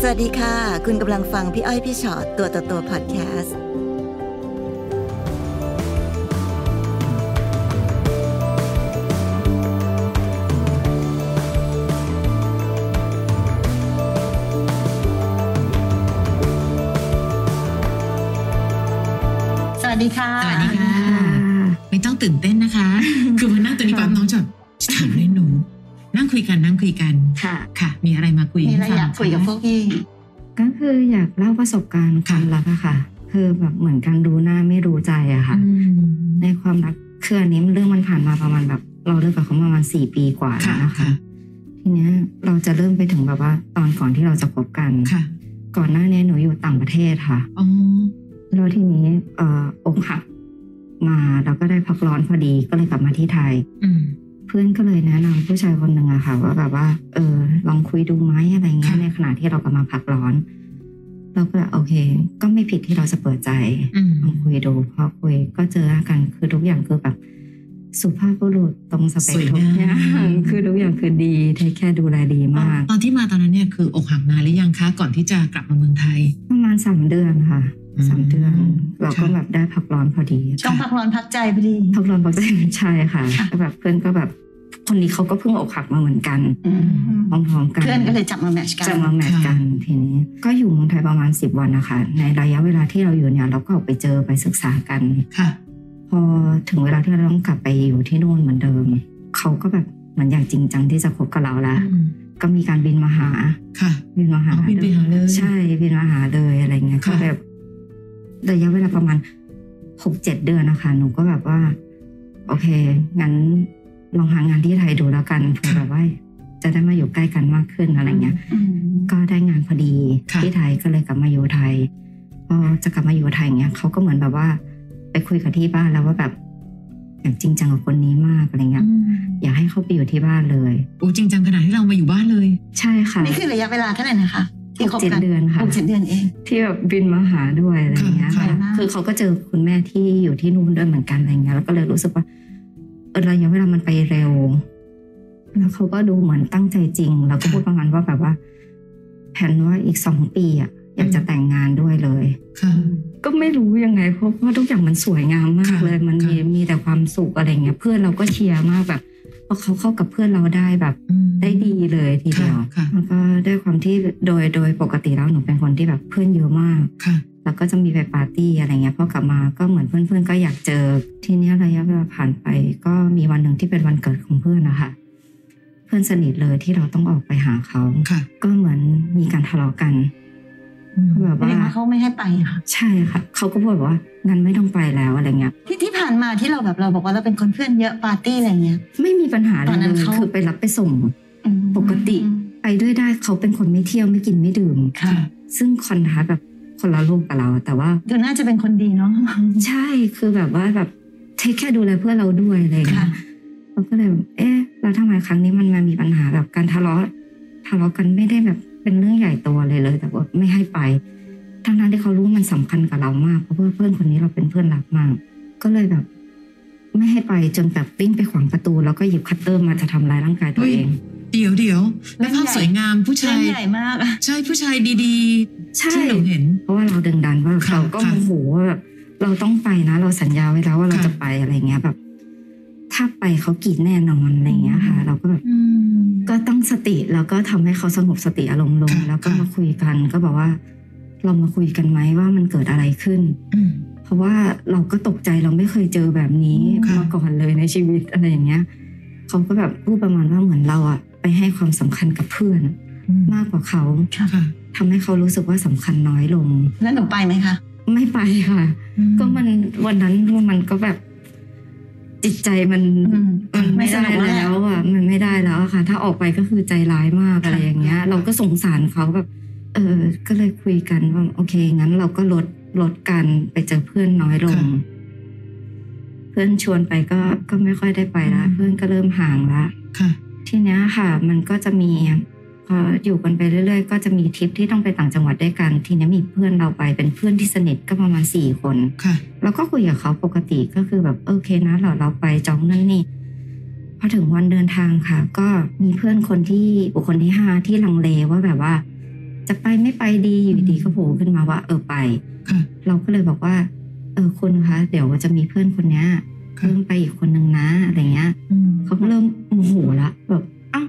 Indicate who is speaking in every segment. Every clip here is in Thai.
Speaker 1: สวัสดีค่ะ คุณกำลังฟังพี่อ้อยพี่ชอตตัวต่อตัวพอดแคสต์
Speaker 2: สวัสดีค่ะ
Speaker 3: สวัสดีค่ะ ไม่ต้องตื่นเต้นนะคะ คือมานั่งตรงนี้ปั๊บน้องจอดถามเลยหนู นั่งคุยกันนั่งคุยกัน
Speaker 2: ค่ะ
Speaker 3: ค่ะ มีอะไรมาคุย
Speaker 2: มีอะไร
Speaker 3: ให้ฟัง
Speaker 2: อยากคุยกับพวกพี่
Speaker 4: ก็คืออยากเล่าประสบการณ์ความรักอะค่ะ คือแบบเหมือนกันรู้หน้าไม่รู้ใจอะค่ะ
Speaker 3: อืม
Speaker 4: ในความรักคืออันนี้เรื่องมันผ่านมาประมาณแบบ เราเลิกกับเขามาประมาณสี่ปีกว่าแล้วนะคะ
Speaker 3: ค่ะ
Speaker 4: ทีเนี้ยเราจะเริ่มไปถึงแบบว่าตอนก่อนที่เราจะคบกัน
Speaker 3: ค่ะ
Speaker 4: ก่อนหน้าเนี้ยหนูอยู่ต่างประเทศค่ะ
Speaker 3: อ๋อ
Speaker 4: แล้วทีนี้เอ่ออกหักมาแล้วก็ได้พักร้อนพอดีก็เลยกลับมาที่ไทย
Speaker 3: อืม
Speaker 4: เพื่อนก็เลยแนะนำผู้ชายคนหนึ่งอะค่ะ ว่าแบบว่า เออ ลองคุยดูไหมอะไรเงี้ย
Speaker 3: ค่ะ
Speaker 4: ในขณะที่เรากำลังพักร้อน เราก็แบบโอเค ก็ไม่ผิดที่เราจะเปิดใจ
Speaker 3: อืม
Speaker 4: ลองคุยดูพอคุยก็เจอหน้ากันคือทุกอย่างคือแบบสุภาพบุรุษตรงสเปคทุกอย่างคือทุกอย่างคือดีเทคแค่ดูแลดีมาก
Speaker 3: ตอนที่มาตอนนั้นเนี่ยคืออกหักนานหรือยังคะก่อนที่จะกลับมาเมืองไทย
Speaker 4: ประมาณสามเดือนค่ะ
Speaker 3: อืม
Speaker 4: สามเดือน เราก็
Speaker 3: ค่ะ
Speaker 4: แบบได้พักร้อนพอดี
Speaker 2: ต้องพักร้อนพักใจพอดี
Speaker 4: พักร้อนพักใจใช่ค่ะ
Speaker 2: ค่ะ
Speaker 4: ก็แบบเพื่อนก็แบบ คนนี้เขาก็เพิ่งอกหักมาเหมือนกัน
Speaker 2: อืม
Speaker 4: พร้อมๆกัน
Speaker 2: เพื่อนก็เลยจับมาแมทช์กัน
Speaker 4: จะมาแมทกันทีนี้ ก็อยู่เมืองไทยประมาณ 10 วันนะคะ ในระยะเวลาที่เราอยู่เนี่ยเราก็ออกไปเจอไปศึกษากัน
Speaker 3: ค่ะ
Speaker 4: พอถึงเวลาที่เราต้องกลับไปอยู่ที่นู่นเหมือนเดิม เขาก็แบบเหมือนอย่างจริงจังที่จะคบกับเราแล้ว
Speaker 3: อืม
Speaker 4: ก็มีการบินมาหา
Speaker 3: ค่ะ
Speaker 4: บินมาหา
Speaker 3: อ๋อบินไปหาเลย
Speaker 4: ใช่บินมาหาเลยอะไรเงี้ย
Speaker 3: ค่ะ
Speaker 4: ก็แบบระยะเวลาประมาณหกเจ็ดเดือนนะคะ หนูก็แบบว่า โอเค งั้นลองหางานที่ไทยดูแล้วกันเผื่อแบบว่า จะได้มาอยู่ใกล้กันมากขึ้นอะไรเงี้ย ก็ได้งานพอดี
Speaker 3: ค่ะ
Speaker 4: ที่ไทยก็เลยกลับมาอยู่ไทยพอจะกลับมาอยู่ไทยอย่างเงี้ยเขาก็เหมือนแบบว่า ไปคุยกับที่บ้านแล้วว่าแบบแบบจริงจังกับคนนี้มากอะไรเงี้ยอยากให้เขาไปอยู่ที่บ้านเลย
Speaker 3: โอ้จริงจังขนาดที่เรามาอยู่บ้านเลย
Speaker 4: ใช่ค่ะ
Speaker 2: นี่คือระยะเวลาเท่าไหร่นะคะ
Speaker 4: ห
Speaker 2: ที่
Speaker 4: ก
Speaker 2: คบ
Speaker 4: เจ็ด
Speaker 2: กัน
Speaker 4: เดือนค่ะ
Speaker 2: หกเจ็ดเดือนเอง
Speaker 4: ที่แบบบินมาหาด้วยอะไรเงี้ย
Speaker 3: ค่ะ
Speaker 4: ค่ะ
Speaker 2: ค่ะ
Speaker 4: คือเขาก็เจอคุณแม่ที่อยู่ที่นู่นด้วยเหมือนกันอะไรเงี้ยแล้วก็เลยรู้สึกว่าเออระยะเวลามันไปเร็ว แล้วเขาก็ดูเหมือนตั้งใจจริง แล้วก็พูดประมาณว่าแบบว่าแผนว่าอีกสองปีอ่ะอยากจะแต่งงานด้วยเลย
Speaker 3: ค่ะ
Speaker 4: ก็ไม่รู้ยังไงเพราะว่าทุกอย่างมันสวยงามมาก
Speaker 3: ค่ะ
Speaker 4: เลย มันมี
Speaker 3: ค่ะ
Speaker 4: มีแต่ความสุขอะไรเงี้ย เพื่อนเราก็เชียร์มากแบบเพราะเขาเข้ากับเพื่อนเราได้แบบ
Speaker 3: อืม
Speaker 4: ได้ดีเลยทีเดียว
Speaker 3: ค่ะค่ะ
Speaker 4: แล้วก็ด้วยความที่โดยโดยปกติแล้วหนูเป็นคนที่แบบเพื่อนเยอะมาก
Speaker 3: ค่ะ
Speaker 4: แล้วก็จะมีไปปาร์ตี้อะไรเงี้ยพอกลับมาก็เหมือนเพื่อนๆก็อยากเจอทีเนี้ยระยะเวลาผ่านไป ก็มีวันหนึ่งที่เป็นวันเกิดของเพื่อนนะคะเพื่อนสนิทเลยที่เราต้องออกไปหาเขา
Speaker 3: ค่ะ
Speaker 4: ก็เหมือนมีการทะเลาะกัน
Speaker 3: อืม
Speaker 4: แบบ
Speaker 2: เรียก
Speaker 4: ว่า
Speaker 2: ว่าเขาไม่ให้ไปเหรอ
Speaker 4: ใช่ค่ะ เขาก็พูดบอกว่างั้นไม่ต้องไปแล้วอะไรเงี้ย
Speaker 2: ที่ที่ผ่านมาที่เราแบบเราบอกว่าเราเป็นคนเพื่อนเยอะปาร์ตี้อะไรเงี้ย
Speaker 4: ไม่มีปัญหาเล
Speaker 2: ตอยนนั้นเขา
Speaker 4: คือไปรับไปส่ง
Speaker 2: อืม
Speaker 4: ปกติ ไปด้วยได้เขาเป็นคนไม่เที่ยวไม่กินไม่ดื่ม
Speaker 2: ค่ะ
Speaker 4: ซึ่งคอนทราสต์แบบคนละโลกกับเรา แต่ว่า
Speaker 2: ดูน่าจะเป็นคนดีเนาะ
Speaker 4: ใช่คือแบบว่าแบบเทคแค่ดูแลเพื่อนเราด้วยอะไรเงี้
Speaker 2: ค่ะ
Speaker 4: ยเราก็เลยแบบเอ๊ะแล้วทำไมครั้งนี้มันมามีปัญหาแบบการทะเลาะทะเลาะกันไม่ได้แบบเป็นเรื่องใหญ่โตัวเลยเลย แต่ว่าไม่ให้ไปทั้งนั้นที่เขารู้ว่ามันสำคัญกับเรามากเพราะว่าเพื่อนคนนี้เราเป็นเพื่อนรักมาก ก็เลยแบบ ไม่ให้ไปจนแบบวิ่งไปขวางประตูแล้วก็หยิบคัตเตอร์มาจะทำร้ายร่างกายตัวเอง
Speaker 3: เดี๋ยวเดี๋ยวแล้วภาพสวยงามผู้ชา
Speaker 2: เล่
Speaker 3: ย
Speaker 2: นใหญ่มาก
Speaker 3: ใช่ผู้ชายดี
Speaker 4: ใช่
Speaker 3: ๆ ที่เราเห็น
Speaker 4: เพราะว่าเราดึงดันว่า
Speaker 3: ค่ะ
Speaker 4: เราก็
Speaker 3: ค่ะ
Speaker 4: โมโหว่าแบบเราต้องไปนะ เราสัญญาไว้แล้วว่าเรา
Speaker 3: ค่ะ
Speaker 4: จะไปอะไรเงี้ยแบบ ถ้าไปเขากรีดแน่นอนอะไรเงี้ยค่ะ เราก็แบบ
Speaker 2: อืม
Speaker 4: ก็ตั้งสติแล้วก็ทำให้เขาสงบสติอารมณ์ลง
Speaker 3: ค่ะ
Speaker 4: แล้วก็
Speaker 3: ค่ะ
Speaker 4: มาคุยกัน ก็บอกว่า เรามาคุยกันไหมว่ามันเกิดอะไรขึ้น
Speaker 3: อืม
Speaker 4: เพราะว่าเราก็ตกใจเราไม่เคยเจอแบบนี้
Speaker 3: ค่ะ
Speaker 4: มาก่อนเลยในชีวิตอะไรอย่างเงี้ยเขาก็แบบพูดประมาณว่าเหมือนเราอะไปให้ความสำคัญกับเพื่อนมากกว่าเขา
Speaker 3: ค่ะ
Speaker 4: ทำให้เขารู้สึกว่าสำคัญน้อยลง
Speaker 2: แล้วหนูไปไหมคะ
Speaker 4: ไม่ไปค่ะ ก็มันวันนั้นมันก็แบบ จิตใจมัน
Speaker 2: อืม
Speaker 4: มัน
Speaker 2: ไม่
Speaker 4: ไม่
Speaker 2: ส
Speaker 4: ได้
Speaker 2: นุกแล้วแหละ
Speaker 4: แล้วอ่ะมันไม่ได้แล้วอะค่ะ ถ้าออกไปก็คือใจร้ายมากอะไรอย่างเงี้ย เราก็สงสารเขาแบบ เออ ก็เลยคุยกันว่าโอเคงั้นเราก็ลดลดกันไปเจอเพื่อนน้อยลง
Speaker 3: ค่ะ
Speaker 4: เพื่อนชวนไปก็ก็ไม่ค่อยได้ไปละ
Speaker 3: อืม
Speaker 4: เพื่อนก็เริ่มห่างละ
Speaker 3: ค่ะ
Speaker 4: ทีเนี้ยค่ะ มันก็จะมีพออยู่กันไปเรื่อยๆ ก็จะมีทริปที่ต้องไปต่างจังหวัดด้วยกัน ทีเนี้ยมีเพื่อนเราไปเป็นเพื่อนที่สนิทก็ประมาณสี่คน
Speaker 3: ค่ะ
Speaker 4: แล้วก็คุยกับเขาปกติก็คือแบบโอเคนะเราเราไปจองนั่นนี่พอถึงวันเดินทางค่ะ ก็มีเพื่อนคนที่บุคคลที่ห้าที่ลังเลว่าแบบว่า จะไปไม่ไปดีอยู่ดีก็โผล่ขึ้นมาว่า เออไป
Speaker 3: ค่ะ
Speaker 4: เราก็เลยบอกว่า เออคุณคะเดี๋ยวจะมีเพื่อนคนเนี้ย
Speaker 3: ค่ะ
Speaker 4: เพิ่มไปอีกคนนึงนะอะไรเงี้ย
Speaker 3: อืม
Speaker 4: เขาก็เริ่มโมโหละแบบเอ้า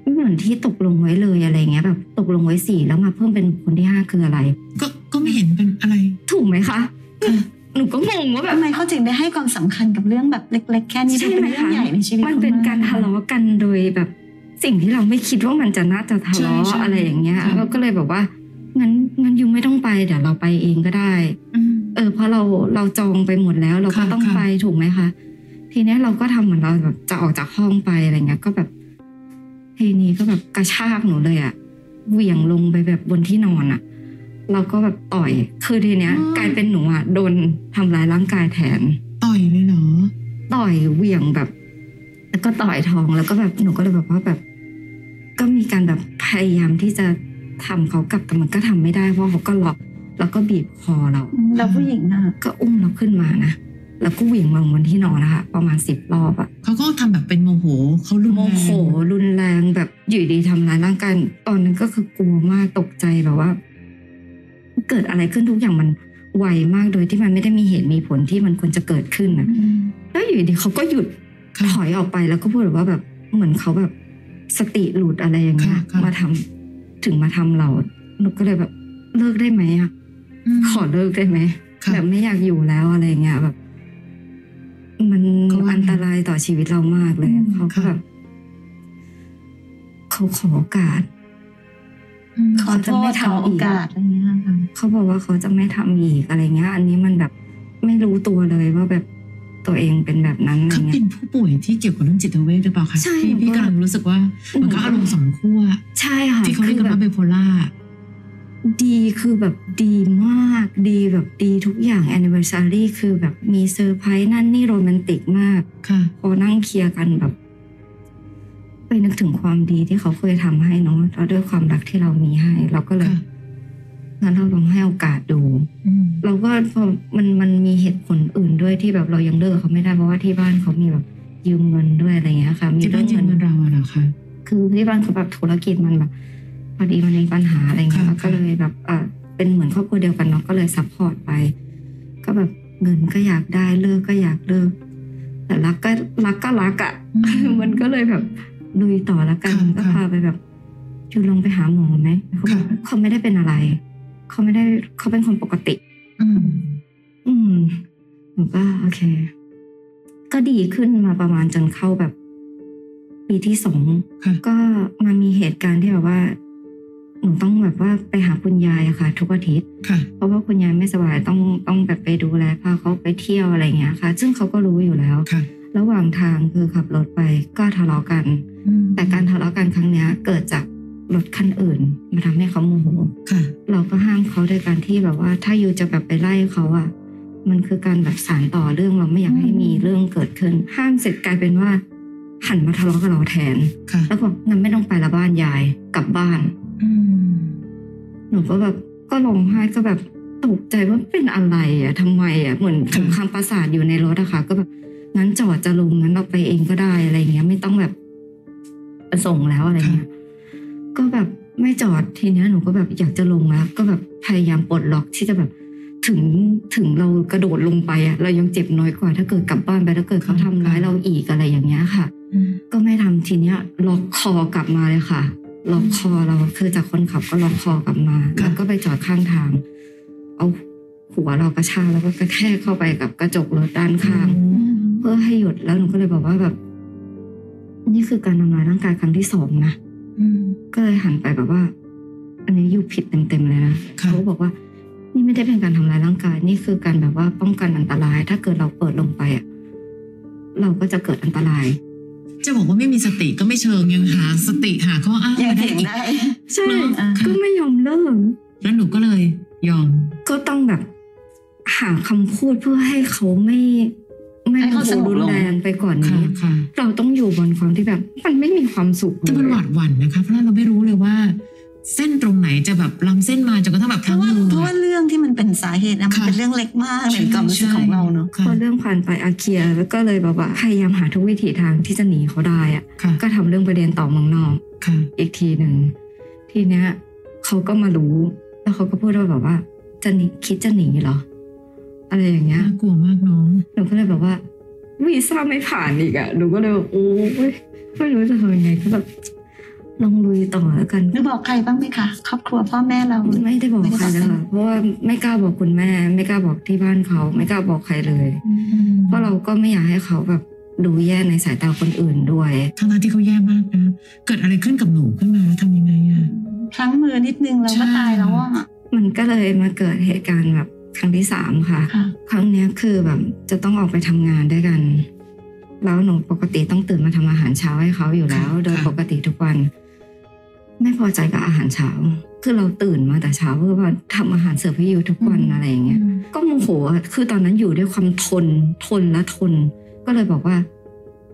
Speaker 4: ไม่เหมือนที่ตกลงไว้เลยอะไรเงี้ย แบบตกลงไว้สี่แล้วมาเพิ่มเป็นคนที่ห้าคืออะไร
Speaker 3: ก็ก็ไม่เห็นเป็นอะไร
Speaker 4: ถูกไหมคะ
Speaker 3: ค่ะ
Speaker 4: หนูก็งงว่าแบบ
Speaker 2: ทำไมเขาจึงได้ให้ความสำคัญกับเรื่องแบบเล็ก ๆ แค่นี้
Speaker 4: ใช่
Speaker 2: มัน
Speaker 4: ไหม
Speaker 2: เป็นเรื่อง
Speaker 4: คะ
Speaker 2: ใหญ่ในชีวิต
Speaker 4: มันเป็น
Speaker 2: ข
Speaker 4: การทะเลาะกันโดยแบบสิ่งที่เราไม่คิดว่ามันจะน่าจะทะเลาะ
Speaker 3: ใช่ใช่
Speaker 4: อะไรอย่างเงี้ย
Speaker 3: ค่ะ
Speaker 4: เราก็เลยแบบว่างั้นงั้นยูไม่ต้องไปเดี๋ยวเราไปเองก็ได้
Speaker 3: อืม
Speaker 4: เออเพราะเราเราจองไปหมดแล้ว เราก็
Speaker 3: ค่ะ
Speaker 4: ต้อง
Speaker 3: ค่ะ
Speaker 4: ไปถูกไหมคะ ทีเนี้ยเราก็ทำเหมือนเราแบบจะออกจากห้องไปอะไรเงี้ย ก็แบบทีนี้ก็แบบกระชากหนูเลยอะเหวี่ยงลงไปแบบบนที่นอนอะเราก็แบบต่อยคือทีเนี้ย
Speaker 3: อ๋อ
Speaker 4: กลายเป็นหนูอะโดนทำร้ายร่างกายแทน
Speaker 3: ต่อยเลยเหรอ
Speaker 4: ต่อยเหวี่ยงแบบ แล้วก็ต่อยท้องแล้วก็แบบหนูก็เลยแบบว่าแบบ ก็มีการแบบพยายามที่จะทำเขากลับแต่มันก็ทำไม่ได้เพราะเขาก็ล็อกแล้วก็บีบคอเรา
Speaker 2: อืมแล้วผู้หญิงอ่ะ
Speaker 4: ก็อุ้มเราขึ้นมานะ แล้วก็เหวิ่ยงลงบนที่นอนนะคะ ประมาณสิบรอบอะ
Speaker 3: เขาก็ทำแบบเป็นโมโห เขารุน
Speaker 4: โม
Speaker 3: แรง
Speaker 4: โหรุนแรงแบบอยู่ดีทำร้ายร่างกาย ตอนนั้นก็คือกลัวมากตกใจแบบว่า เกิดอะไรขึ้นทุกอย่างมันไวมากโดยที่มันไม่ได้มีเหตุมีผลที่มันควรจะเกิดขึ้นนะแล้วอยู่ดีเขาก็หยุด
Speaker 3: ค่ะ
Speaker 4: ถอยออกไปแล้วก็พูดแบบว่าแบบเหมือนเขาแบบสติหลุดอะไรอย่างเงี้ย
Speaker 3: ค่ะค่ะ
Speaker 4: มาทำถึงมาทำเราหนูก็เลยแบบเลิกได้ไหมอะ
Speaker 3: ม
Speaker 4: ขอเลิกได้ไหม
Speaker 3: ค่ะ
Speaker 4: แบบไม่อยากอยู่แล้วอะไรเงี้ยแบบ มัน
Speaker 3: เขาว่าไง
Speaker 4: อันตรายต่อชีวิตเรามากเลย
Speaker 2: อืม
Speaker 4: เขาก็
Speaker 3: ค่ะ
Speaker 4: แบบเขาขอโอกาส
Speaker 3: อืม
Speaker 2: ขอโทษขอโอกาสอะไรเงี้ยค่ะ
Speaker 4: เขาบอกว่าเขาจะไม่ทำอีกอะไรเงี้ย อันนี้มันแบบไม่รู้ตัวเลยว่าแบบตัวเองเป็นแบบนั้นอะไร
Speaker 3: เขาเป็
Speaker 4: เงี้ย
Speaker 3: นผู้ป่วยที่เกี่ยวกับเรื่องจิตเวชหรือเปล่าคะ
Speaker 4: ใช่
Speaker 3: พี่พี่
Speaker 4: หนูก็
Speaker 3: กำลังรู้สึกว่าเหมันก็อารมณ์สองขั้ว
Speaker 4: ใช่ค่ะ
Speaker 3: ที่เขาเรียก
Speaker 4: คื
Speaker 3: กั
Speaker 4: อน แบบ
Speaker 3: ว่าไบโพล่า
Speaker 4: ดีคือแบบดีมากดีแบบดีทุกอย่าง anniversary คือแบบมีเซอร์ไพรส์นั่นนี่โรแมนติกมาก
Speaker 3: ค่ะ
Speaker 4: พอนั่งเคลียร์กันแบบไปนึกถึงความดีที่เขาเคยทำให้เนาะแล้วด้วยความรักที่เรามีให้ เราก็เลย
Speaker 3: ค่ะ
Speaker 4: งั้นเราลองให้โอกาสดู
Speaker 3: อืม
Speaker 4: เราก็พอมันมันมีเหตุผลอื่นด้วยที่แบบเรายังเลิกกับเขาไม่ได้เพราะว่าที่บ้านเขามีแบบยืมเงินด้วยอะไรอย่างเงี้ยค่ะ มี
Speaker 3: ที่บ้า
Speaker 4: เรื่อน ง
Speaker 3: ยืม
Speaker 4: เงิ
Speaker 3: เงิ
Speaker 4: น
Speaker 3: นเราอะเหรอคะ
Speaker 4: คือที่บ้านเขาแบบธุรกิจมันแบบพอดีมันมีปัญหาอะไรเงี้ย
Speaker 3: ค่ะ
Speaker 4: เราก็เลยแบบเออเป็นเหมือนครอบครัวเดียวกันเนาะก็เลยซัพพอร์ตไป ก็แบบเงินก็อยากได้เลิกก็อยากเลิกแต่รักก็รักก็รักอะ มันก็เลยแบบลุยต่อละกัน
Speaker 3: ค่ะ
Speaker 4: ก็
Speaker 3: ค่ะ
Speaker 4: พาไปแบบอยู่ลองไปหาหมอไหมเขาบอก
Speaker 3: ค่ะ
Speaker 4: เขาไม่ได้เป็นอะไร เขาไม่ได้เขาเป็นคนปกติ
Speaker 3: อืม
Speaker 4: อืมหนูก็โอเค ก็ดีขึ้นมาประมาณจนเข้าแบบ ปีที่สอง
Speaker 3: ค่ะ
Speaker 4: ก็มามีเหตุการณ์ที่แบบว่าหนูต้องแบบว่าไปหาคุณยายอะค่ะ ทุกอาทิตย์
Speaker 3: ค่ะ
Speaker 4: เพราะว่าคุณยายไม่สบายต้องต้องแบบไปดูแลพาเขาไปเที่ยวอะไรอย่างเงี้ยค่ะ ซึ่งเขาก็รู้อยู่แล้ว
Speaker 3: ค่ะ
Speaker 4: ระหว่างทางคือขับรถไปก็ทะเลาะกัน
Speaker 3: อืม
Speaker 4: แต่การทะเลาะกันครั้งเนี้ย เกิดจากรถคันอื่น มาทำให้เขาโมโห
Speaker 3: ค่ะ
Speaker 4: เราก็ห้ามเขาโดยการที่แบบว่า ถ้ายูจะแบบไปไล่เขาอะมันคือการแบบสารต่อเรื่องเราไม่อยากให้มีเรื่องเกิดขึ้น ห้ามเสร็จกลายเป็นว่า หันมาทะเลาะกับเราแทน
Speaker 3: ค่ะ
Speaker 4: แล้วก็บอกงั้นไม่ต้องไปละบ้านยายกลับบ้าน
Speaker 3: อืม
Speaker 4: หนูก็แบบก็ร้องไห้ก็แบบตกใจว่าเป็นอะไรอะทำไมอะเหมือน
Speaker 3: ค่ะ
Speaker 4: สงครามประสาทอยู่ในรถอะค่ะก็แบบงั้นจอดจะลงงั้นเราไปเองก็ได้อะไรอย่างเงี้ย ไม่ต้องแบบส่งแล้วอะไรเงี้ยก็แบบไม่จอดทีเนี้ยหนูก็แบบอยากจะลงแล้ว ก็แบบพยายามปลดล็อกที่จะแบบถึงถึงเรากระโดดลงไปอะเรายังเจ็บน้อยกว่า ถ้าเกิดกลับบ้านไปแล้วเกิดเขาทำร้ายเราอีกอะไรอย่างเงี้ยค่ะ
Speaker 3: อืม
Speaker 4: ก็ไม่ทำทีเนี้ยล็อกคอกลับมาเลยค่ะล็อกคอเราคือจากคนขับก็ล็อกคอกลับมา
Speaker 3: ค่ะ
Speaker 4: แล้วก็ไปจอดข้างทาง เอาหัวเรากระชากแล้วก็กระแทกเข้าไปกับกระจกรถด้านข้าง เพื่อให้หยุดแล้วหนูก็เลยบอกว่าแบบ นี่คือการทำร้ายร่างกายครั้งที่สองนะ
Speaker 3: อืม
Speaker 4: ก็เลยหันไปแบบว่า อันนี้อยู่ผิดเต็มๆเลยนะ
Speaker 3: ค่ะ
Speaker 4: เขาก็บอกว่า นี่ไม่ได้เป็นการทำร้ายร่างกาย นี่คือการแบบว่าป้องกันอันตราย ถ้าเกิดเราเปิดลงไปอะเราก็จะเกิดอันตราย
Speaker 3: จะบอกว่าไม่มีสติก็ไม่เชิงยังหาสติหาข้ออ้าง
Speaker 2: ยัง
Speaker 3: มาได้
Speaker 2: เถียง
Speaker 3: อีก
Speaker 2: ได้
Speaker 4: ใช่
Speaker 3: เนอะอ่า
Speaker 4: ก็ไม่ยอมเลิก
Speaker 3: แล้วหนูก็เลยยอม
Speaker 4: ก็ต้องแบบหาคำพูดเพื่อให้เขาไม่ไม่
Speaker 2: ให้เขาสงบลง
Speaker 4: รุนแรงไปก่อน
Speaker 3: ค่ะ
Speaker 4: นี้
Speaker 3: ค่ะ
Speaker 4: เราต้องอยู่บนความที่แบบ มันไม่มีความสุข
Speaker 3: แต่มันหวาดหวั่นนะคะ เพราะเราไม่รู้เลยว่า เส้นตรงไหนจะแบบล้ำเส้นมาจนกระทั่งแบบ
Speaker 2: เพราะว่า
Speaker 3: มือ
Speaker 2: เพราะว่าเรื่องที่มันเป็นสาเหตุนะมัน
Speaker 3: ค่ะ
Speaker 2: เป็นเรื่องเล็กมากในความรู้สึกของเราเนาะ
Speaker 3: ค่ะ
Speaker 4: พอเรื่องผ่านไปอาเคียแล้วก็เลยแบบว่าพยายามหาทุกวิถีทางที่จะหนีเขาได้อะ
Speaker 3: ค่ะ
Speaker 4: ก็ทำเรื่องประเด็นต่อเมืองนอก
Speaker 3: ค่ะ
Speaker 4: อีกทีหนึ่งทีเนี้ย เขาก็มารู้ แล้วเขาก็พูดว่าแบบว่า จะหนีคิดจะหนีเหรอ อะไรอย่างเงี้ย
Speaker 3: น่ากลัวมากน้อง
Speaker 4: หนูก็เลยแบบว่าวีซ่าไม่ผ่านอีกอะหนูก็เลยแบบโอ้ยไม่รู้จะทำยังไงก็แบบลองลุยต่อแล้วกัน
Speaker 2: หรือบอกใครบ้างไหมคะครอบครัวพ่อแม่เรา
Speaker 4: ไม่ได้บอกใครเลยค่ะเพราะว่าไม่กล้าบอกคุณแม่ ไม่กล้าบอกที่บ้านเขา ไม่กล้าบอกใครเลย เพราะเราก็ไม่อยากให้เขาแบบดูแย่ในสายตาคนอื่นด้วย
Speaker 3: ทั้งนั้นที่เขาแย่มากนะ เกิดอะไรขึ้นกับหนูขึ้นมาแล้วทำยังไงอะ
Speaker 2: พลั้งมือนิดนึงเราก็
Speaker 3: ใช่
Speaker 2: ตายแล้วอ่ะ
Speaker 4: มันก็เลยมาเกิดเหตุการณ์แบบครั้งที่สามค่ะ
Speaker 2: ค่ะ
Speaker 4: ครั้งเนี้ยคือแบบจะต้องออกไปทำงานด้วยกัน แล้วหนูปกติต้องตื่นมาทำอาหารเช้าให้เขาอยู่แล้ว
Speaker 3: ค่ะ
Speaker 4: โดย
Speaker 3: ค่ะ
Speaker 4: ปกติทุกวัน ไม่พอใจกับอาหารเช้า คือเราตื่นมาแต่เช้าเพื่อมาทำอาหารเสิร์ฟให้อยู่ทุกวัน
Speaker 2: อืม
Speaker 4: อะไรอย่างเงี้ย ก็โมโหอะคือตอนนั้นอยู่ด้วยความทน ทนและทน ก็เลยบอกว่า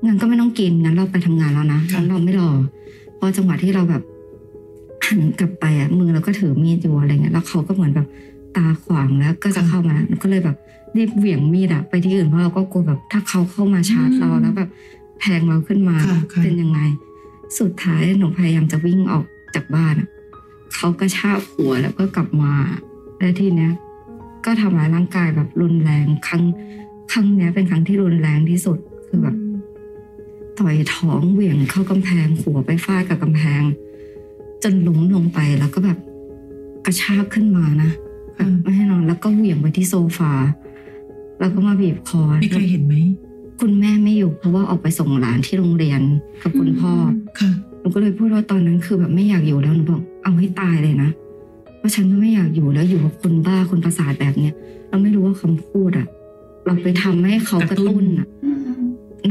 Speaker 4: งั้นก็ไม่ต้องกิน งั้นเราไปทำงานแล้วนะ
Speaker 3: ค่ะ
Speaker 4: งั้นเราไม่รอ พอจังหวะที่เราแบบหันกลับไปอะมือเราก็ถือมีดอยู่อะไรเงี้ย แล้วเขาก็เหมือนแบบตาขวางแล้วก็จะเข้ามาแล้วก็เลยแบบรีบเหวี่ยงมีดอะไปที่อื่นเพราะเราก็กลัวแบบ ถ้าเขาเข้ามาชาร์จเราแล้วแบบแทงเราขึ้นมา
Speaker 3: ค่ะค่ะ
Speaker 4: เป็นยังไง สุดท้ายหนูพยายามจะวิ่งออกจากบ้านอะเขาก็ชากหัวแล้วก็กลับมา และทีเนี้ยก็ทำร้ายร่างกายแบบรุนแรงครั้งครั้งเนี้ยเป็นครั้งที่รุนแรงที่สุดคือแบบ ต่อยท้องเหวี่ยงเข้ากำแพงหัวไปฟาดกับกำแพง จนล้มลงไปแล้วก็แบบกระชากขึ้นมานะแบบไม่ให้นอนแล้วก็เหวี่ยงไปที่โซฟา แล้วก็มาบีบคอ
Speaker 3: มีใครเห็นไหม
Speaker 4: คุณแม่ไม่อยู่เพราะว่าออกไปส่งหลานที่โรงเรียนกับคุณพ่อ
Speaker 3: ค่ะ
Speaker 4: หนูก็เลยพูดว่าตอนนั้นคือแบบไม่อยากอยู่แล้วหนูบอกเอาให้ตายเลยนะเพราะฉันก็ไม่อยากอยู่แล้วอยู่กับคนบ้าคนประสาทแบบเนี้ยเราไม่รู้ว่าคำพูดอะเราไปทำให้เขากระตุ้นอะ
Speaker 2: อืม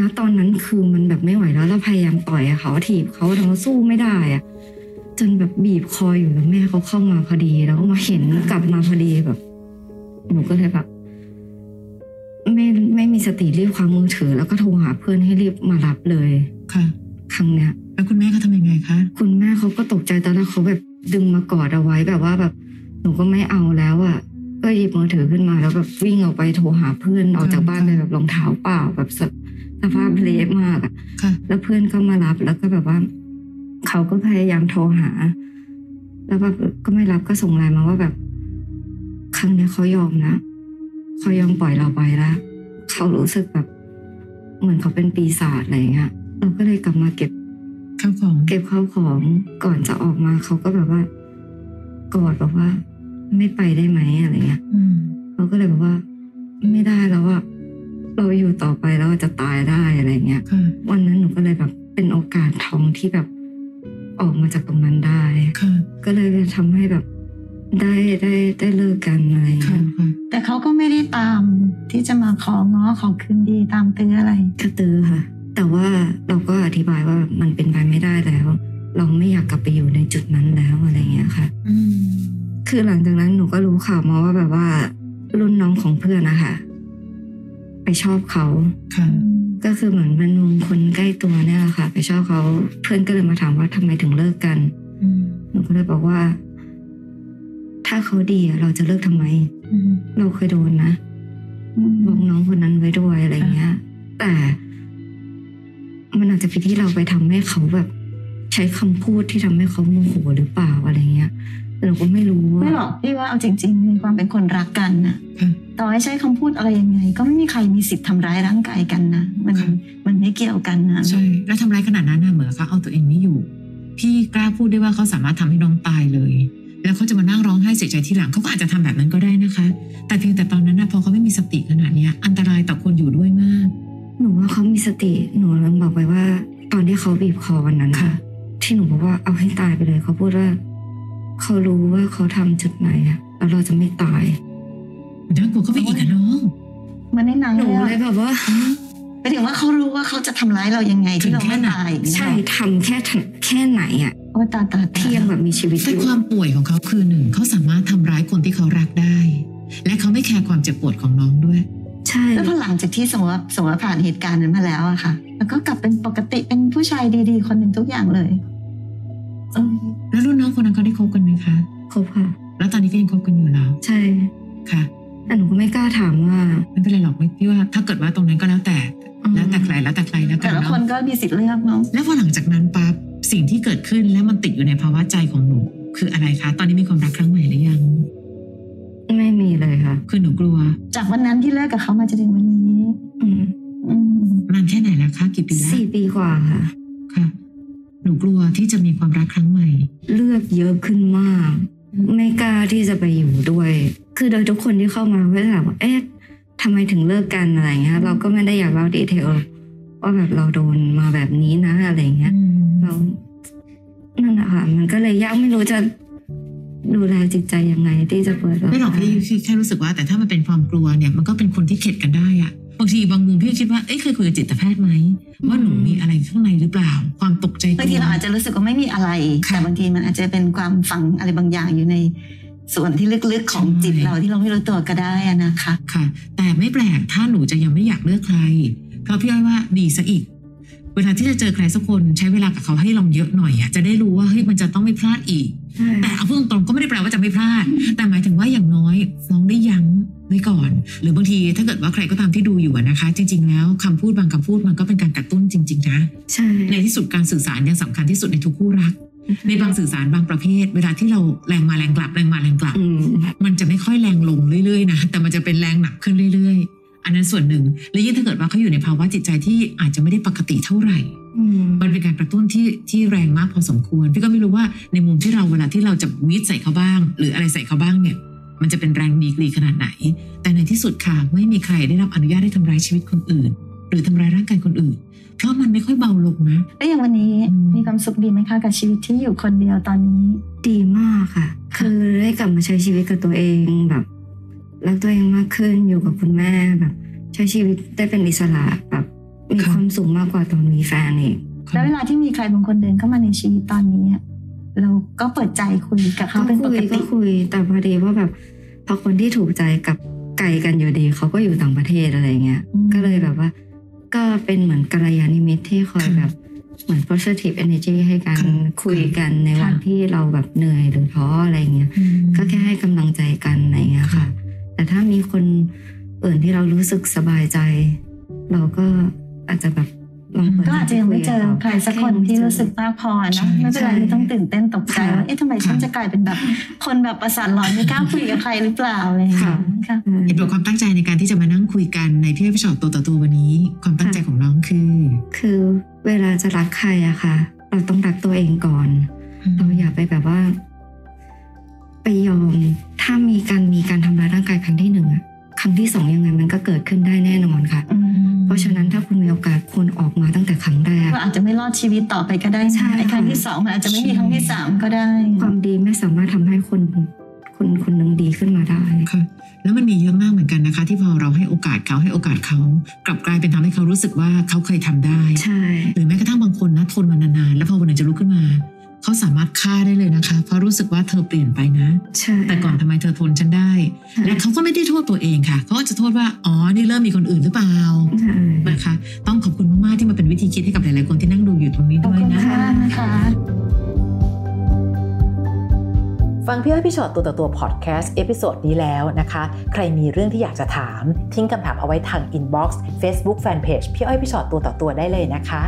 Speaker 4: นะตอนนั้นคือมันแบบไม่ไหวแล้วเราพยายามต่อยเขาถีบเขาแต่เราสู้ไม่ได้อะจนแบบบีบคออยู่แล้วแม่เขาเข้ามาพอดี แล้วก็มาเห็นกลับมาพอดีแบบหนูก็เลยแบบไม่ไม่มีสติรีบคว้ามือถือ แล้วก็โทรหาเพื่อนให้รีบมารับเลย
Speaker 3: ค่ะ
Speaker 4: ครั้งเนี้ย
Speaker 3: แล้วคุณแม่เขาทำยังไงคะ
Speaker 4: คุณแม่เขาก็ตกใจตอนแรกเขาแบบดึงมากอดเอาไว้แบบว่าแบบหนูก็ไม่เอาแล้วอ่ะก็หยิบมือถือขึ้นมาแล้วแบบวิ่งออกไปโทรหาเพื่อนออกจากบ้านไปแบบรองเท้าเปล่าแบบสสภาพเละมากอะ
Speaker 3: ค่ะ
Speaker 4: แล้วเพื่อนก็มารับแล้วก็แบบว่าเขาก็พยายามโทรหา แล้วแบบก็ไม่รับก็ส่งไลน์มาว่าแบบ ครั้งเนี้ยเขายอมนะเขายอมปล่อยเราไปละเขารู้สึกแบบ เหมือนเขาเป็นปีศาจอะไรอย่างเงี้ยเราก็เลยกลับมาเก็บ
Speaker 3: ข้าวของ
Speaker 4: เก็บข้าวของก่อนจะออกมาเขาก็แบบว่ากอดบอกว่า ไม่ไปได้ไหมอะไรเงี้ย
Speaker 3: อืม
Speaker 4: เขาก็เลยบอกว่า ไม่ได้แล้วอะเราอยู่ต่อไปแล้วจะตายได้อะไรเงี้ย
Speaker 3: ค่ะ
Speaker 4: วันนั้นหนูก็เลยแบบเป็นโอกาสทองที่แบบออกมาจากตรงนั้นได้
Speaker 3: ค่ะ
Speaker 4: ก็เลยทำให้แบบได้ได้ได้เลิกกันอะไรเงี้
Speaker 3: ค่ะ
Speaker 4: ย
Speaker 3: ค่ะ
Speaker 2: แต่เขาก็ไม่ได้ตามที่จะมาของ้อขอคืนดีตามตื้ออะไร
Speaker 4: กระตือค่ะ แต่ว่าเราก็อธิบายว่ามันเป็นไปไม่ได้แล้ว เราไม่อยากกลับไปอยู่ในจุดนั้นแล้วอะไรเงี้ยค่ะ
Speaker 3: อืม
Speaker 4: คือหลังจากนั้นหนูก็รู้ข่าวมาว่าแบบว่า รุ่นน้องของเพื่อนนะคะไปชอบเขา
Speaker 3: ค่ะ
Speaker 4: ก็คือเหมือนเป็นวงคนใกล้ตัวเนี่ยแหละค่ะ ไปชอบเขาเพื่อนก็เลยมาถามว่าทำไมถึงเลิกกัน
Speaker 3: อืม
Speaker 4: หนูก็เลยบอกว่า ถ้าเขาดีอะเราจะเลิกทำไม เราเคยโดนนะบอกน้องคนนั้นไว้ด้วยอะไรเงี้ย แต่ มันอาจจะเป็นที่เราไปทำให้เขาแบบ ใช้คำพูดที่ทำให้เขาโมโหหรือเปล่าอะไรเงี้ยแต่เราก็ไม่รู้ว่า
Speaker 2: ไม่หรอกพี่ว่าเอาจริงๆในความเป็นคนรักกันนะ
Speaker 3: ค่ะ
Speaker 2: ต่อให้ใช้คำพูดอะไรยังไง ก็ไม่มีใครมีสิทธิ์ทำร้ายร่างกายกันนะมัน
Speaker 3: ค่ะ
Speaker 2: มันไม่เกี่ยวกันนะ
Speaker 3: ใช่ แล้วทำร้ายขนาดนั้นน่ะเหมือนเขาเอาตัวเองไม่อยู่ พี่กล้าพูดได้ว่าเขาสามารถทำให้น้องตายเลย แล้วเขาจะมานั่งร้องไห้เสียใจทีหลังเขาก็อาจจะทำแบบนั้นก็ได้นะคะ แต่เพียงแต่ตอนนั้นนะพอเขาไม่มีสติขนาดเนี้ย อันตรายต่อคนอยู่ด้วยมาก
Speaker 4: หนูว่าเขามีสติ หนูเริ่มบอกไปว่า ตอนที่เขาบีบคอวันนั้น
Speaker 3: ค่ะ
Speaker 4: อะที่หนูบอกว่าเอาให้ตายไปเลย เขาพูดว่า เขารู้ว่าเขาทำจุดไหนอะแล้วเราจะไม่ตาย
Speaker 3: น่ากลัวเข้าไปอีกอะน้อง
Speaker 2: มันในหนัง
Speaker 4: หนู
Speaker 2: เลยอะ
Speaker 4: เลยแบบว่า
Speaker 2: หมายถึงว่าเขารู้ว่าเขาจะทำร้ายเรายังไงที่เราไม่ตายอย่างเงี้ย
Speaker 4: ใช่ทำแค่ทำแค่ไหนอะ
Speaker 2: โอ้ตายตายตาย
Speaker 4: ที่ยังแบบมีชีวิตอ
Speaker 3: แต่
Speaker 4: ยู่
Speaker 3: ความป่วยของเขาคือหนึ่งเขาสามารถทำร้ายคนที่เขารักได้ และเขาไม่แคร์ความเจ็บปวดของน้องด้วย
Speaker 4: ใช่
Speaker 2: แล้วพอหลังจากที่สมมติว่าสมมติว่าผ่านเหตุการณ์นั้นมาแล้วอะค่ะ แล้วก็กลับเป็นปกติเป็นผู้ชายดีๆ คนหนึ่งทุกอย่างเลยอืม
Speaker 3: แล้วรุ่นน้องคนนั้นเขาได้คบกันไหมคะ
Speaker 4: ครบค่ะ
Speaker 3: แล้วตอนนี้ก็ยังคบกันอยู่แล้ว
Speaker 4: ใช่
Speaker 3: ค่ะ
Speaker 4: แต่หนูก็ไม่กล้าถามว่า
Speaker 3: ไม่เป็นไรหรอกไม่พี่ว่าถ้าเกิดว่าตรงนั้นก็แล้วแต่
Speaker 4: อืม
Speaker 3: แล้วแต่ใครแล้วแต่ใครแล้วแต่
Speaker 2: แต่ละ
Speaker 3: เนาะ
Speaker 2: คนก็มีสิทธิ์เลือกเนาะ
Speaker 3: แล้วพอหลังจากนั้นปั๊บสิ่งที่เกิดขึ้นแล้วมันติดอยู่ในภาวะใจของหนู คืออะไรคะ ตอนนี้มีความรักครั้งใหม่หรือยัง
Speaker 4: ไม่มีเลยค่ะ
Speaker 3: คือหนูกลัว
Speaker 2: จากวันนั้นที่เลิกกับเขามาจนถึงวันนี้
Speaker 4: อืม
Speaker 2: อืม
Speaker 3: นานแค่ไหนแล้วคะกี่ปีแล้ว
Speaker 4: สี่ปีกว่าค่ะ
Speaker 3: ค่ะ หนูกลัวที่จะมีความรักครั้งใหม่
Speaker 4: เลือกเยอะขึ้นมาก ไม่กล้าที่จะไปอยู่ด้วย คือโดยทุกคนที่เข้ามาก็จะถามว่าเอ๊ะทำไมถึงเลิกกันอะไรเงี้ย เราก็ไม่ได้อยากเล่าดีเทลว่าแบบเราโดนมาแบบนี้นะอะไรเงี้ย เรานั่นแหละค่ะ มันก็เลยยากไม่รู้จะดูแลจิตใจยังไง ที่จะเปิดรับ
Speaker 3: ไม่หรอกพี่คือแค่รู้สึกว่า แต่ถ้ามันเป็นความกลัวเนี่ยมันก็เป็นคนที่เข็ดกันได้อะบางทีบางมุมพี่คิดว่าเอ้ยเคยคุยกับจิตแพทย์ไหมว่าหนูมีอะไรข้างในหรือเปล่า ความตกใจกลัว
Speaker 2: บางทีเราอาจจะรู้สึกว่าไม่มีอะไร
Speaker 3: ค่ะ
Speaker 2: แต่บางทีมันอาจจะเป็นความฝังอะไรบางอย่างอยู่ในส่วนที่ลึกๆของ
Speaker 3: ใช่
Speaker 2: จิตเราที่เราไม่รู้ตัวก็ได้อะนะคะ
Speaker 3: ค่ะ แต่ไม่แปลกถ้าหนูจะยังไม่อยากเลือกใคร เพราะพี่อ้อยว่าดีซะอีก เวลาที่จะเจอใครสักคนใช้เวลากับเขาให้ลองเยอะหน่อยอะจะได้รู้ว่าเฮ้ยมันจะต้องไม่พลาดอีก
Speaker 4: ใช่
Speaker 3: แต่เอาพูดตรงๆก็ไม่ได้แปลว่าจะไม่พลาด แต่หมายถึงว่าอย่างน้อยน้องได้ยั้งไว้ก่อน หรือบางทีถ้าเกิดว่าใครก็ตามที่ดูอยู่อะนะคะ จริง ๆ แล้วคำพูดบางคำพูดมันก็เป็นการกระตุ้นจริง ๆ นะ
Speaker 4: ใช่
Speaker 3: ในที่สุดการสื่อสารยังสำคัญที่สุดในทุกคู่รัก ในบางสื่อสารบางประเภท เวลาที่เราแรงมาแรงกลับแรงมาแรงกลับ
Speaker 4: อืม
Speaker 3: มันจะไม่ค่อยแรงลงเรื่อยๆนะแต่มันจะเป็นแรงหนักขึ้นเรื่อยๆ อันนั้นส่วนหนึ่งและยิ่งถ้าเกิดว่าเขาอยู่ในภาวะจิตใจที่อาจจะไม่ได้ปกติเท่าไหร่
Speaker 4: อืม
Speaker 3: มันเป็นการกระตุ้นที่ที่แรงมากพอสมควร พี่ก็ไม่รู้ว่าในมุมที่เราเวลาที่เราจะมีดใส่เขาบ้าง หรืออะไรใส่เขาบ้างเนี่ย มันจะเป็นแรงดีกรีขนาดไหน แต่ในที่สุดค่ะไม่มีใครได้รับอนุญาตให้ทำร้ายชีวิตคนอื่น หรือทำร้ายร่างกายคนอื่น เพราะมันไม่ค่อยเบาลงนะ
Speaker 2: แล้วอย่างวันนี้
Speaker 3: อืม
Speaker 2: มีความสุขดีไหมคะกับชีวิตที่อยู่คนเดียวตอนนี้
Speaker 4: ดีมากค่ะ คือได้กลับมาใช้ชีวิตกับตัวเองแบบรักตัวเองมากขึ้นอยู่กับคุณแม่แบบ ใช้ชีวิตได้เป็นอิสระแบบมี
Speaker 3: ค่ะ
Speaker 4: ความสุขมากกว่าตอนมีแฟนอีก
Speaker 2: แล้วเวลาที่มีใครบางคนเดินเข้ามาในชีวิตตอนนี้อะเราก็เปิดใจคุยกับเขา
Speaker 4: ก็
Speaker 2: เป็นปก
Speaker 4: คุยก็
Speaker 2: ติ
Speaker 4: คุยแต่พอดีว่าแบบพอคนที่ถูกใจกับไกลกันอยู่ดีเขาก็อยู่ต่างประเทศอะไรเงี้ย
Speaker 2: อืม
Speaker 4: ก็เลยแบบว่า ก็เป็นเหมือนกัลยาณมิตรที่คอย
Speaker 3: ค่ะ
Speaker 4: แบบเหมือน positive energy ให้กัน
Speaker 3: ค่ะ
Speaker 4: คุย
Speaker 3: ค่ะ
Speaker 4: กันในวันที่เราแบบเหนื่อยหรือท้ออะไรเงี้ย ก็แค่ให้กำลังใจกันอะไรอย่างเงี้ยค่ะ แต่ถ้ามีคนอื่นที่เรารู้สึกสบายใจ เราก็อาจจะแบบลองเปิด
Speaker 2: ก็อาจจะยังไม่เจอใครสักคนที่รู้สึกมากพอ
Speaker 3: ใช่
Speaker 2: นะไม่เป็นไรไม่ต้องตื่นเต้นตกใจว่าเอ๊ะทำไม
Speaker 3: ค่ะ
Speaker 2: ฉันจะกลายเป็นแบบคนแบบประสาทหลอนไม่กล้าคุยกับใครหรือเปล่าอะไรอย่างเงี้ยค่ะ
Speaker 3: เห็นบอกความตั้งใจในการที่จะมานั่งคุยกันในพี่พิชอตตัวต่อตัววันนี้ ความตั้งใจของน้องคือ
Speaker 4: คือเวลาจะรักใครอะค่ะ เราต้องรักตัวเองก่อน เราอย่าไปแบบว่า ไปยอม ถ้ามีการมีการทำร้ายร่างกายครั้งที่หนึ่งอะครั้งที่สองยังไงมันก็เกิดขึ้นได้แน่นอนค่ะ เพราะฉะนั้นถ้าคุณมีโอกาสควรออกมาตั้งแต่ครั้งแรก
Speaker 2: ก็อาจจะไม่รอดชีวิตต่อไปก็ได้นะ
Speaker 4: ใช่ค่ะ
Speaker 2: ไอ้ครั้งที่สองมันอาจจะไม่มีครั้งที่สามก็ได้
Speaker 4: ความดีไม่สามารถทำให้คนคนคนหนึ่งดีขึ้นมาได้
Speaker 3: ค่ะแล้วมันมีเยอะมากเหมือนกันนะคะ ที่พอเราให้โอกาสเขาให้โอกาสเขา กลับกลายเป็นทำให้เขารู้สึกว่าเขาเคยทำได้
Speaker 4: ใช่
Speaker 3: หรือแม้กระทั่งบางคนนะทนมานานๆแล้วพอวันหนึ่งจะลุกขึ้นมา เขาสามารถฆ่าได้เลยนะคะ เพราะรู้สึกว่าเธอเปลี่ยนไปนะ
Speaker 4: ใช่
Speaker 3: แต่ก่อนทำไมเธอทนฉันได้
Speaker 4: ใช่
Speaker 3: และเขาก็ไม่ได้โทษตัวเองค่ะเขาก็จะโทษว่าอ๋อนี่เริ่มมีคนอื่นหรือเปล่า
Speaker 4: ใช่
Speaker 3: นะคะ ต้องขอบคุณมากๆที่มาเป็นวิธีคิดให้กับหลายๆคนที่นั่งดูอยู่ตรงนี้
Speaker 2: ขอบ
Speaker 3: ด้วย
Speaker 2: คุณ
Speaker 3: นะ
Speaker 2: มากนะคะ
Speaker 5: ฟังพี่อ้อยพี่ชอตตัวต่อตัวพอดแคสต์เอพิโซดนี้แล้วนะคะ ใครมีเรื่องที่อยากจะถาม ทิ้งคำถามเอาไว้ทางอินบ็อกซ์เฟซบุ๊กแฟนเพจพี่อ้อยพี่ชอตตัวต่อตัวได้เลยนะคะ